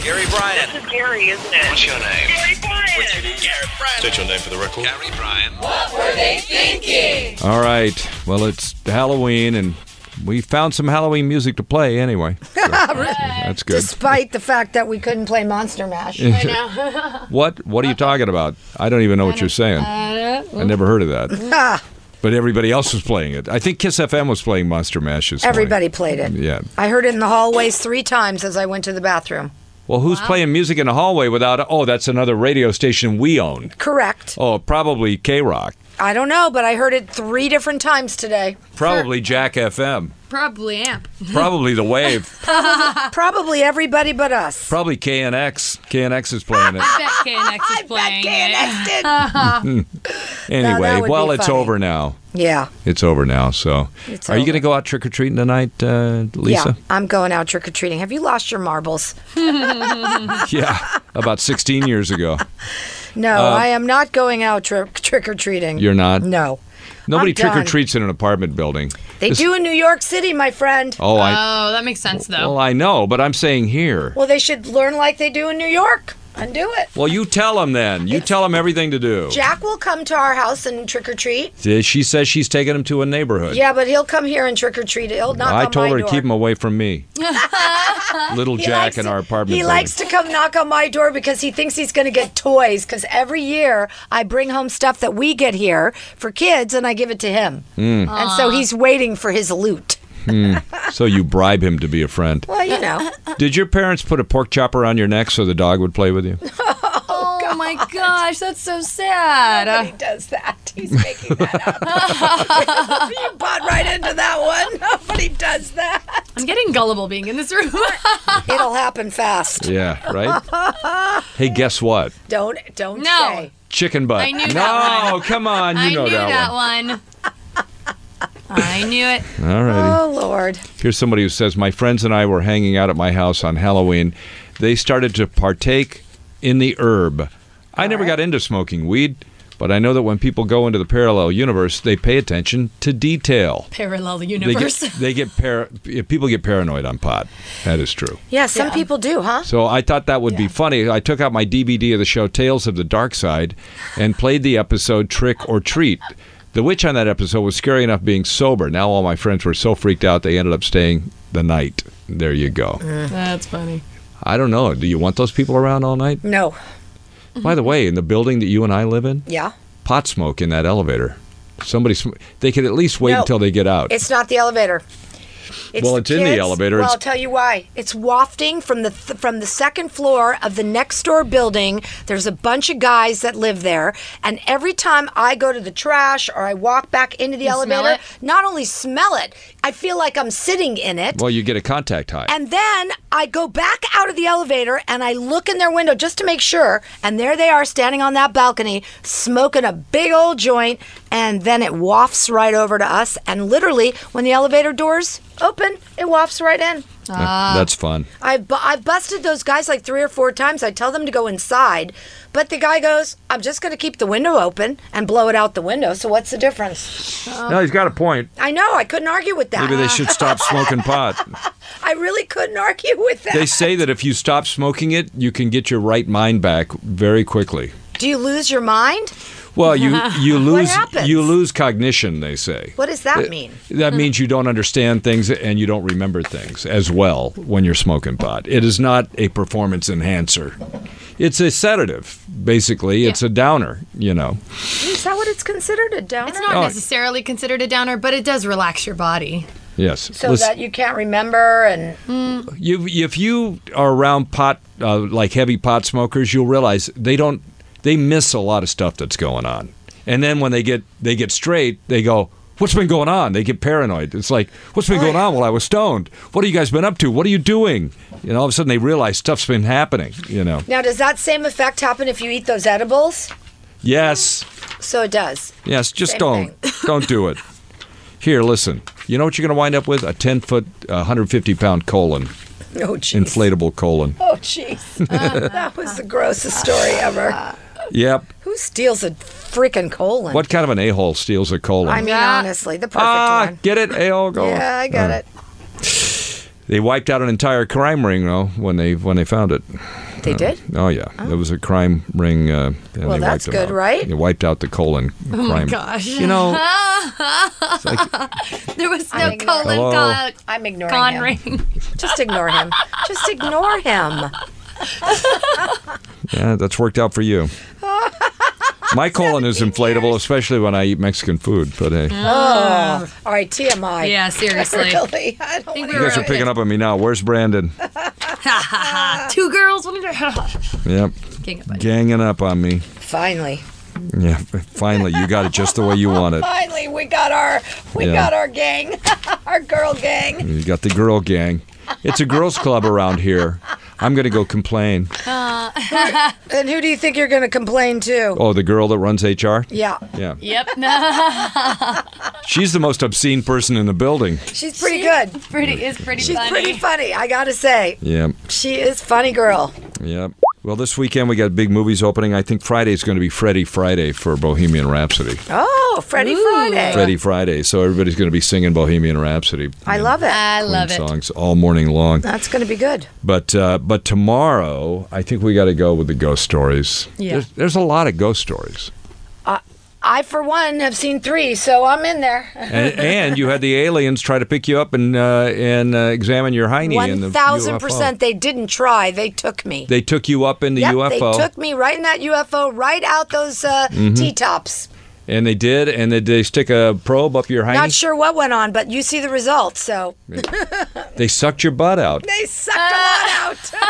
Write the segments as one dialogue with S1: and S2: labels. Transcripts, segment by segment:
S1: Gary Bryan.
S2: This is Gary, isn't it?
S1: What's your name?
S2: Gary
S1: What's your
S2: Bryan.
S1: name? Gary Bryan.
S3: State your name for the record.
S1: Gary Bryan.
S4: All right. Well, it's Halloween, and we found some Halloween music to play anyway. So, that's good.
S5: Despite the fact that we couldn't play Monster Mash. I
S4: What What are you talking about? I don't even know what you're saying.
S5: Uh,
S4: I never heard of that.
S5: Ah,
S4: but everybody else was playing it. I think Kiss FM was playing Monster Mash. this morning.
S5: Everybody played it.
S4: Yeah.
S5: I heard it in the hallways three times as I went to the bathroom.
S4: Well, who's playing music in the hallway without? Oh, that's another radio station we own.
S5: Correct.
S4: Oh, probably K Rock.
S5: I don't know, but I heard it three different times today.
S4: Probably Jack FM.
S6: Probably amp.
S4: Probably the Wave.
S5: Probably everybody but us.
S4: Probably KNX. KNX is playing it.
S6: Bet KNX is playing. it.
S5: that
S4: Anyway,
S5: would be
S4: well, it's
S5: funny.
S4: over now.
S5: Yeah.
S4: It's over now. So,
S5: It's
S4: are you going to go
S5: over.
S4: out trick or treating tonight, uh, Lisa?
S5: Yeah. I'm going out trick or treating. Have you lost your marbles?
S4: Yeah. About 16 years ago.
S5: No, I am not going out tri- trick or treating.
S4: Uh, You're not?
S5: No.
S4: Nobody
S5: I'm
S4: trick or
S5: done.
S4: treats in an apartment building.
S5: They
S4: This-
S5: do in New York City, my friend.
S4: Oh, I.
S6: Oh, that makes sense though.
S4: Well, I know, but I'm saying here.
S5: Well, they should learn like they do in New York and do it.
S4: Well, you tell them then. You tell them everything to do.
S5: Jack will come to our house and trick or treat.
S4: See, She says she's taking him to a neighborhood.
S5: Yeah, but he'll come here and trick or treat. He'll knock
S4: I
S5: on
S4: told
S5: my
S4: her
S5: door.
S4: to keep him away from me. Little
S5: He
S4: Jack
S5: likes
S4: in
S5: to-
S4: our apartment
S5: He
S4: building.
S5: likes to come knock on my door because he thinks he's going to get toys. Because every year I bring home stuff that we get here for kids, and I give it to him.
S4: Hmm.
S5: And so he's waiting for his loot.
S4: so you bribe him to be a friend.
S5: Well, you know,
S4: Did your parents put a pork chop around your neck so the dog would play with you?
S6: oh my gosh, that's so sad.
S5: he does that. He's making that up. you bought right into that one. Nobody does that.
S6: I'm getting gullible being in this room.
S5: It'll happen fast.
S4: Yeah, right? hey, guess what?
S5: Don't don't
S6: No.
S5: say.
S4: Chicken butt.
S6: I knew
S4: no,
S6: that one.
S4: come on, you
S6: I
S4: know
S6: knew
S4: that,
S6: that one. I knew it.
S4: one. All righty.
S5: Oh Lord.
S4: Here's somebody who says My friends and I were hanging out at my house on Halloween. They started to partake in the herb. I never got into smoking weed, but I know that when people go into the parallel universe, they pay attention to detail.
S6: Parallel
S4: They get,
S6: universe.
S4: they get par- people get paranoid on pot. That is true.
S5: Yeah, some
S6: Yeah.
S5: people do, huh?
S4: So I thought that would be funny. I took out my DVD of the show Tales of the Dark Side and played the episode Trick or Treat. The witch on that episode was scary enough being sober. Now all my friends were so freaked out they ended up staying the night. There you go.
S5: Mm.
S6: That's funny.
S4: I don't know. Do you want those people around all night?
S5: No.
S4: By the way, in the building that you and I live in,
S5: Mm-hmm. Yeah.
S4: pot smoke in that elevator. Somebody, sm- they could at least wait
S5: No.
S4: until they get out.
S5: It's not the elevator.
S4: Well, it's in the elevator.
S5: Well,
S4: It's-
S5: I'll tell you why. It's wafting from the th- from the second floor of the next door building. There's a bunch of guys that live there, and every time I go to the trash or I walk back into the
S6: smell
S5: elevator,
S6: it?
S5: not only smell it, I feel like I'm sitting in it.
S4: well, you get a contact high.
S5: And then I go back out of the elevator and I look in their window just to make sure. And there they are standing on that balcony smoking a big old joint. And then it wafts right over to us. And literally, when the elevator doors open, it wafts right in. Ah.
S4: That's fun.
S5: I've, bu- I've busted those guys like three or four times. I tell them to go inside. But the guy goes, I'm just going to keep the window open and blow it out the window. So what's the difference?
S4: no, he's got a point.
S5: I know. I couldn't argue with that. Uh,
S4: Maybe they should stop smoking pot.
S5: I really couldn't argue with that.
S4: They say that if you stop smoking it, you can get your right mind back very quickly.
S5: Do you lose your mind?
S4: Well, you you lose
S5: happens?
S4: you lose cognition. They say
S5: What does that mean?
S4: that means you don't understand things and you don't remember things as well when you're smoking pot. It is not a performance enhancer. It's a sedative, basically. It's a downer. You know.
S5: Is that what it's considered? A downer?
S6: It's
S4: Oh.
S6: not necessarily considered a downer, but it does relax your body.
S4: Yes.
S5: so
S4: Listen-
S5: that you can't remember and
S4: You, if you are around pot, uh, like heavy pot smokers, you'll realize they don't, they miss a lot of stuff that's going on. And then when they get, they get straight, they go, what's been going on? They get paranoid. It's like, what's been going on while I was stoned? What have you guys been up to? What are you doing? And all of a sudden they realize stuff's been happening, you know?
S5: now does that same effect happen if you eat those edibles?
S4: Yes.
S5: So it does.
S4: Yes. Just
S5: Same
S4: don't, don't do it. Here, listen, you know what you're going to wind up with? A 10 foot, uh, 150 pound colon,
S5: Oh jeez.
S4: inflatable colon.
S5: oh jeez. that was the grossest story ever.
S4: Yep.
S5: Who steals a freaking colon?
S4: What kind of an a-hole steals a colon?
S5: I mean
S6: Yeah.
S5: honestly, the perfect
S4: Ah,
S5: one.
S4: get it? Hey, I'll go.
S5: Yeah, I got
S4: All right.
S5: it.
S4: They wiped out an entire crime ring though when they when they found it.
S5: They did?
S4: Oh yeah, it was a crime ring. Uh, and
S5: Well,
S4: they
S5: that's
S4: wiped 'em
S5: good,
S4: out.
S5: right?
S4: They wiped out the colon crime.
S6: Gosh.
S4: You know, it's like,
S6: there was no
S5: ignoring-
S6: colon
S4: Hello?
S6: con,
S5: I'm ignoring
S6: con
S5: him.
S6: ring.
S5: Just ignore him. Just ignore him.
S4: yeah, that's worked out for you. My colon is inflatable, especially when I eat Mexican food. But hey,
S5: Oh, all right, TMI.
S6: Yeah, seriously.
S5: Really, I don't wanna
S6: think we
S4: you guys
S6: were
S4: are picking up on me now. Where's Brandon?
S6: two girls. One girl.
S4: Yep,
S6: King of Budget.
S4: ganging up on me.
S5: Finally,
S4: Yeah, finally, you got it just the way you want it.
S5: finally, we got our we
S4: Yeah.
S5: got our gang, our girl gang.
S4: You got the girl gang. It's a girls' club around here. I'm going to go complain.
S5: And who do you think you're going to complain to?
S4: Oh, the girl that runs HR?
S5: Yeah,
S4: Yeah.
S6: Yep. No,
S4: She's the most obscene person in the building.
S5: she's pretty good.
S6: pretty is pretty
S5: She's
S6: funny.
S5: pretty funny. I gotta say,
S4: Yep.
S5: she is funny girl.
S4: Yep. Well, this weekend we got big movies opening. I think Friday's going to be Freddie Friday for Bohemian Rhapsody.
S5: Oh, Freddie Friday.
S4: Freddie Friday. So everybody's going to be singing Bohemian Rhapsody.
S5: I love it.
S6: I
S4: Queen
S6: love it.
S4: Songs all morning long.
S5: That's gonna be good.
S4: But uh, but tomorrow, I think we got to go with the ghost stories.
S6: Yeah.
S4: There's, there's a lot of ghost stories.
S5: I, for one, have seen three, so I'm in there.
S4: and, and you had the aliens try to pick you up and uh, and uh, examine your hiney. in the
S5: One thousand
S4: UFO.
S5: percent. They didn't try. They took me.
S4: They took you up in the
S5: yep,
S4: UFO,
S5: they took me right in that UFO, right out those uh,
S4: Mm-hmm.
S5: T tops.
S4: and they did, and they, they stick a probe up your hiney.
S5: Not sure what went on, but you see the results. So
S4: They sucked your butt out.
S5: they sucked a lot out.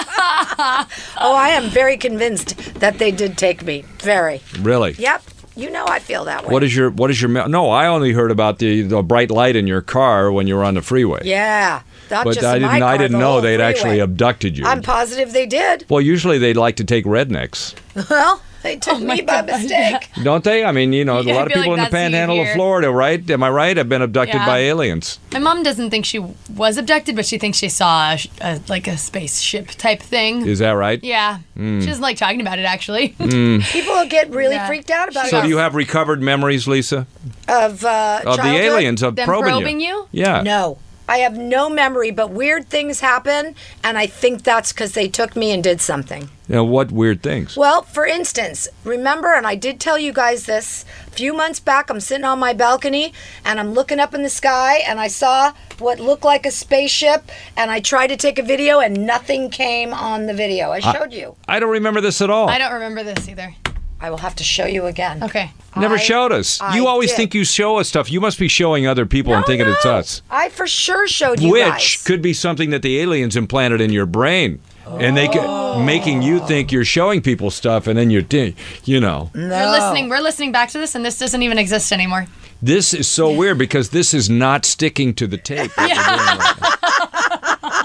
S5: oh, I am very convinced that they did take me. Very.
S4: Really?
S5: Yep. You know I feel that way.
S4: What is your what is your me- no? I only heard about the, the bright light in your car when you were on the freeway.
S5: yeah. Not
S4: but
S5: just
S4: I
S5: my
S4: didn't
S5: car,
S4: I
S5: the
S4: didn't
S5: whole
S4: know they'd
S5: freeway.
S4: actually abducted you.
S5: I'm positive they did.
S4: well, usually they like to take rednecks,
S5: Well, they took me by mistake.
S4: don't they? I mean, you know,
S6: Yeah,
S4: a
S6: I
S4: lot of
S6: feel
S4: people
S6: like
S4: in the
S6: that's you
S4: panhandle of
S6: here.
S4: Florida, right? Am I right? I've been abducted
S6: Yeah.
S4: by aliens.
S6: My mom doesn't think she was abducted, but she thinks she saw a, sh- a, like a spaceship type thing.
S4: Is Hmm. that right?
S6: yeah. She doesn't like talking about it actually.
S5: People get really
S6: Yeah.
S5: freaked out about
S4: So
S5: it
S4: do you have recovered memories, Lisa?
S5: of uh,
S4: of the
S5: childhood?
S4: aliens of
S6: Them
S4: probing,
S6: probing you?
S4: Yeah.
S5: No. I have no memory, but weird things happen, and I think that's because they took me and did something.
S4: Now, what weird things?
S5: Well, for instance, remember, and I did tell you guys this a few months back, I'm sitting on my balcony and I'm looking up in the sky and I saw what looked like a spaceship and I tried to take a video and nothing came on the video. I showed you.
S4: I don't remember this at all.
S6: I don't remember this either.
S5: I will have to show you again.
S6: Okay.
S4: Never
S5: I-
S4: showed us.
S5: I
S4: you always
S5: did.
S4: think you show us stuff. You must be showing other people and
S5: No,
S4: thinking it's
S5: Oh, no.
S4: us.
S5: I for sure showed you
S4: Which
S5: guys.
S4: could be something that the aliens implanted in your brain. And they
S5: Oh.
S4: could, making you think you're showing people stuff, and then you're, di- you know,
S6: We're listening. We're listening back to this, and this doesn't even exist anymore.
S4: this is so weird because this is not sticking to the tape. that we're doing right now.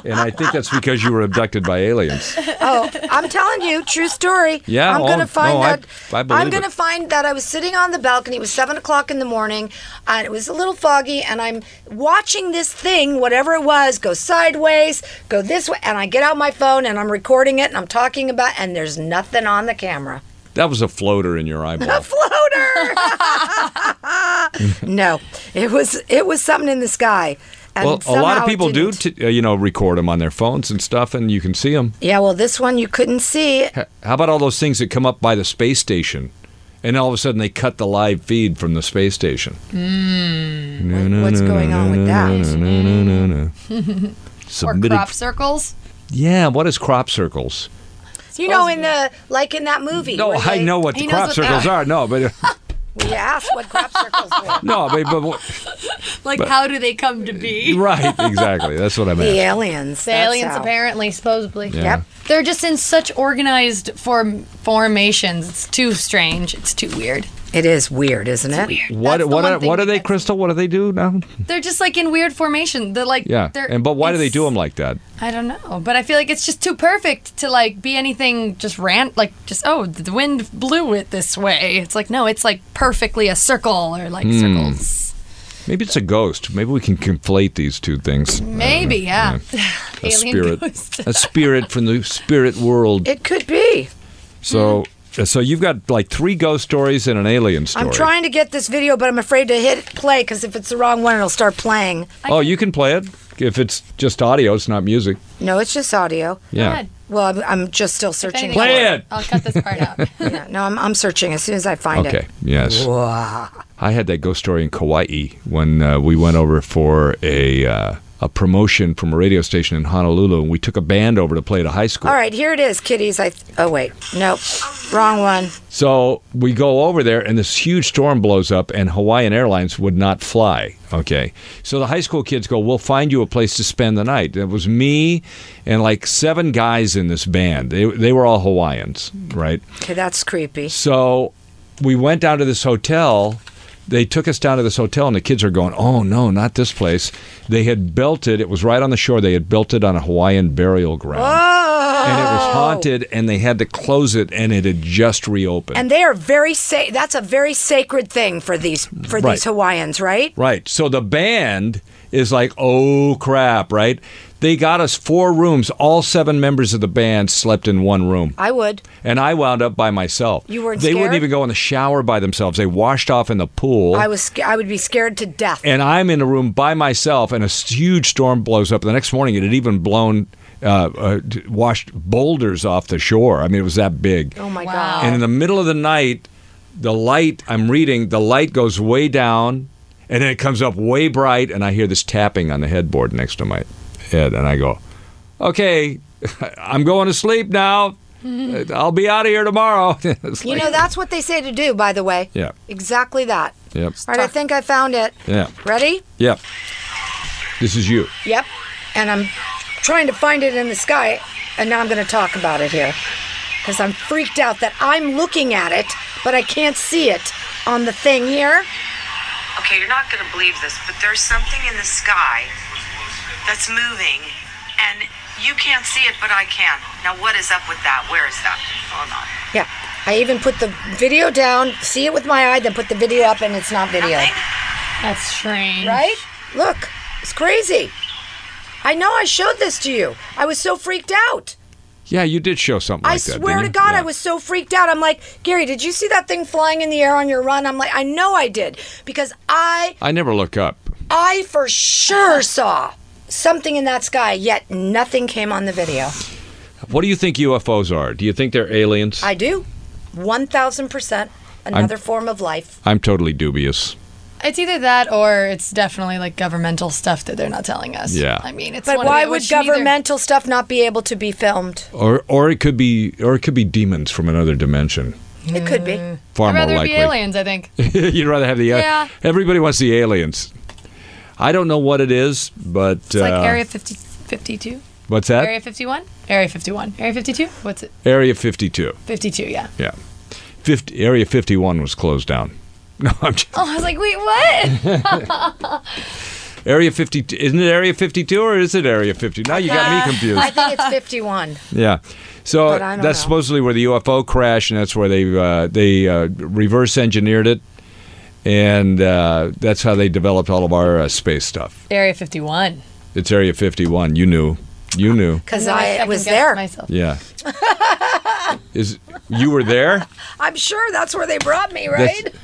S4: and I think that's because you were abducted by aliens.
S5: Oh, I'm telling you, true story.
S4: Yeah,
S5: I'm
S4: oh,
S5: gonna find
S4: no, I-
S5: that.
S4: I
S5: am
S4: believe
S5: gonna
S4: it.
S5: find that I was sitting on the balcony. It was seven o'clock in the morning, and it was a little foggy. And I'm watching this thing, whatever it was, go sideways, go this way, and I get out my phone and I'm recording it and I'm talking about, and there's nothing on the camera.
S4: That was a floater in your eyeball.
S5: Floater. no, it was it was something in the sky. And
S4: Well, a lot
S5: somehow
S4: of
S5: it
S4: people do,
S5: didn't.
S4: t- uh, you know, record them on their phones and stuff, and you can see them.
S5: yeah, well, this one you couldn't see.
S4: How about all those things that come up by the space station, and all of a sudden they cut the live feed from the space station?
S5: What's going on with that?
S6: Or
S4: Submitted.
S6: crop circles.
S4: Yeah, what is crop circles?
S5: You know, in the like in that movie.
S4: No,
S5: where
S4: I
S5: they-
S4: know what
S6: He knows
S4: crop
S6: what they
S4: circles are. No, but
S5: We asked what crop circles were.
S4: no, but, but what-
S6: Like, how do they come to be?
S4: right, exactly. That's what I
S5: The
S4: meant.
S5: aliens.
S6: The
S5: that's
S6: aliens,
S5: how.
S6: apparently, supposedly.
S4: Yeah.
S5: Yep.
S6: They're just in such organized form formations. It's too strange. It's too weird.
S5: It is weird, isn't it?
S6: Weird.
S4: What
S6: That's the
S4: what
S6: one
S4: are,
S6: thing
S4: what are
S6: we
S4: they,
S6: get.
S4: Crystal? What do they do now?
S6: They're just like in weird formation. They're like
S4: Yeah,
S6: They're,
S4: and but why do they
S6: it's-
S4: do them like that?
S6: I don't know, but I feel like it's just too perfect to like be anything just rant like just oh the wind blew it this way. It's like no, it's like perfectly a circle or
S4: Hmm.
S6: like circles.
S4: Maybe it's a ghost. Maybe we can conflate these two things.
S6: Maybe yeah,
S4: A
S6: alien
S4: spirit,
S6: ghost.
S4: a spirit from the spirit world.
S5: It could be.
S4: So So you've got like three ghost stories and an alien story.
S5: I'm trying to get this video, but I'm afraid to hit play because if it's the wrong one, it'll start playing.
S4: Oh, you can play it if it's just audio. It's not music.
S5: No, it's just audio.
S4: Yeah.
S6: ahead.
S5: Well, I'm, I'm just still searching.
S6: Anything
S4: Play
S6: else?
S4: it.
S6: I'll cut this part out.
S5: Yeah, no, I'm, I'm searching as soon as I find
S4: Okay.
S5: it.
S4: Yes. I had that ghost story in Kauai when uh, we went over for a uh, a promotion from a radio station in Honolulu, and we took a band over to play at a high school.
S5: All right, here it is, kiddies. I th- oh wait, nope, wrong one.
S4: So we go over there, and this huge storm blows up, and Hawaiian Airlines would not fly. Okay. So the high school kids go, We'll find you a place to spend the night. It was me and like seven guys in this band. They, they were all Hawaiians, right?
S5: Okay, that's creepy.
S4: So we went down to this hotel. They took us down to this hotel, and the kids are going, Oh, no, not this place. They had built it, it was right on the shore. They had built it on a Hawaiian burial ground. And it was haunted, and they had to close it, and it had just reopened.
S5: And they are very sa- That's a very sacred thing for these for
S4: Right.
S5: these Hawaiians, right?
S4: Right. So the band is like, oh crap, right? They got us four rooms. All seven members of the band slept in one room.
S5: I would.
S4: And I wound up by myself.
S5: You weren't
S4: They wouldn't
S5: scared?
S4: even go in the shower by themselves. They washed off in the pool.
S5: I was. sca- I would be scared to death.
S4: and I'm in a room by myself, and a huge storm blows up. The next morning, it had even blown, uh, uh, d- washed boulders off the shore. I mean, it was that big.
S5: oh my
S6: Wow.
S5: god.
S4: And in the middle of the night, the light, I'm reading, the light goes way down and then it comes up way bright. And I hear this tapping on the headboard next to my head. And I go, okay, I'm going to sleep now. I'll be out of here tomorrow. It's
S5: you
S4: like-
S5: know that's what they say to do, by the way.
S4: Yeah.
S5: Exactly that.
S4: Yep.
S5: All right, I think I found it.
S4: Yeah.
S5: Ready?
S4: Yep. This is you.
S5: Yep. And I'm trying to find it in the sky, and now I'm going to talk about it here because I'm freaked out that I'm looking at it, but I can't see it on the thing here.
S1: Okay, you're not gonna believe this, but there's something in the sky that's moving, and you can't see it, but I can. Now, what is up with that? Where is that? Hold on.
S5: Yeah. I even put the video down, see it with my eye, then put the video up, and it's not video.
S1: Nothing?
S6: That's strange.
S5: Right? Look, it's crazy. I know I showed this to you. I was so freaked out.
S4: Yeah, you did show something
S5: I
S4: like that.
S5: swear
S4: didn't
S5: to
S4: you?
S5: God,
S4: Yeah.
S5: I was so freaked out. I'm like, Gary, did you see that thing flying in the air on your run? I'm like, I know I did because I
S4: I never look up.
S5: I for sure saw something in that sky, yet nothing came on the video.
S4: What do you think UFOs are? Do you think they're aliens?
S5: I do. 1000% another form of life.
S4: I'm totally dubious.
S6: It's either that or it's definitely like governmental stuff that they're not telling us.
S4: Yeah.
S6: I mean, it's
S5: But
S6: one of
S5: why
S6: the-
S5: would
S6: which neither-
S5: governmental stuff not be able to be filmed?
S4: Or or it could be or it could be demons from another dimension.
S5: It could be.
S4: Far more
S6: I'd rather it
S4: likely.
S6: be aliens, I think.
S4: You'd rather have the uh,
S6: Yeah.
S4: Everybody wants the aliens. I don't know what it is, but
S6: It's like
S4: uh,
S6: Area 50, 52?
S4: what's that?
S6: Area 51? Area 51. Area 52? What's it?
S4: Area 52.
S6: 52, yeah.
S4: Yeah, 50, Area 51 was closed down. No, I'm just,
S6: Oh, I was like, wait, what?
S4: Area 52. Isn't it Area 52 or is it Area 50? Now you got me confused.
S5: I think it's 51.
S4: Yeah. So
S5: But I
S4: that's
S5: don't know.
S4: supposedly where the UFO crashed, and that's where they uh, they uh, reverse engineered it, and uh, that's how they developed all of our uh, space stuff.
S6: Area 51.
S4: It's Area 51. You knew.
S5: Oh,
S4: You knew.
S5: Because
S6: No,
S5: I,
S6: second
S5: was
S6: guessed
S5: there.
S6: Myself.
S4: Yeah. Is you were there?
S5: I'm sure that's where they brought me,
S4: That's-
S5: right?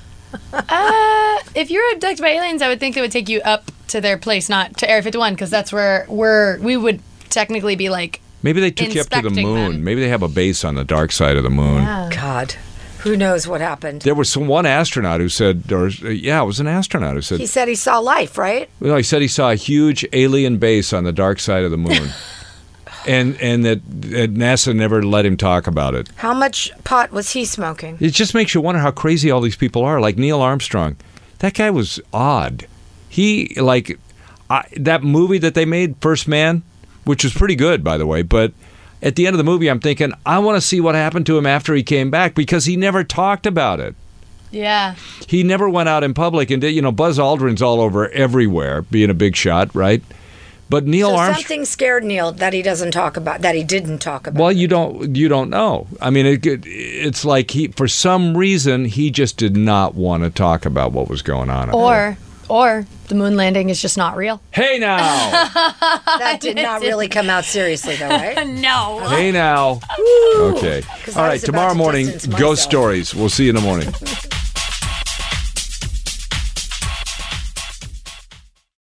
S6: Uh, if you're abducted by aliens, I would think they would take you up to their place, not to Area 51, because that's where we're we would technically be like.
S4: Maybe they took you up to the
S6: Inspecting
S4: moon.
S6: them.
S4: Maybe they have a base on the dark side of the moon.
S5: God, who knows what happened?
S4: There was some one astronaut who said, or uh, yeah, it was an astronaut who said,
S5: He said he saw life, right?
S4: well, he said he saw a huge alien base on the dark side of the moon, and and that, that NASA never let him talk about it.
S5: How much pot was he smoking?
S4: It just makes you wonder how crazy all these people are. Like Neil Armstrong, that guy was odd. He like I, that movie that they made, First Man, which was pretty good, by the way. But at the end of the movie, I'm thinking I want to see what happened to him after he came back because he never talked about it.
S6: Yeah.
S4: He never went out in public and did. You know, Buzz Aldrin's all over everywhere, being a big shot, right? But Neil
S5: So
S4: Armstrong.
S5: something scared Neil that he doesn't talk about, that he didn't talk about.
S4: Well, you don't you don't know. I mean, it, it, it's like he for some reason he just did not want to talk about what was going on. up there.
S6: Or Or the moon landing is just not real.
S4: Hey now.
S5: That did not really come out seriously, though, right?
S6: No.
S4: hey now. Okay. All
S5: I
S4: right.
S5: was about
S4: Tomorrow
S5: to
S4: morning,
S5: distance
S4: ghost
S5: myself.
S4: stories. We'll see you in the morning.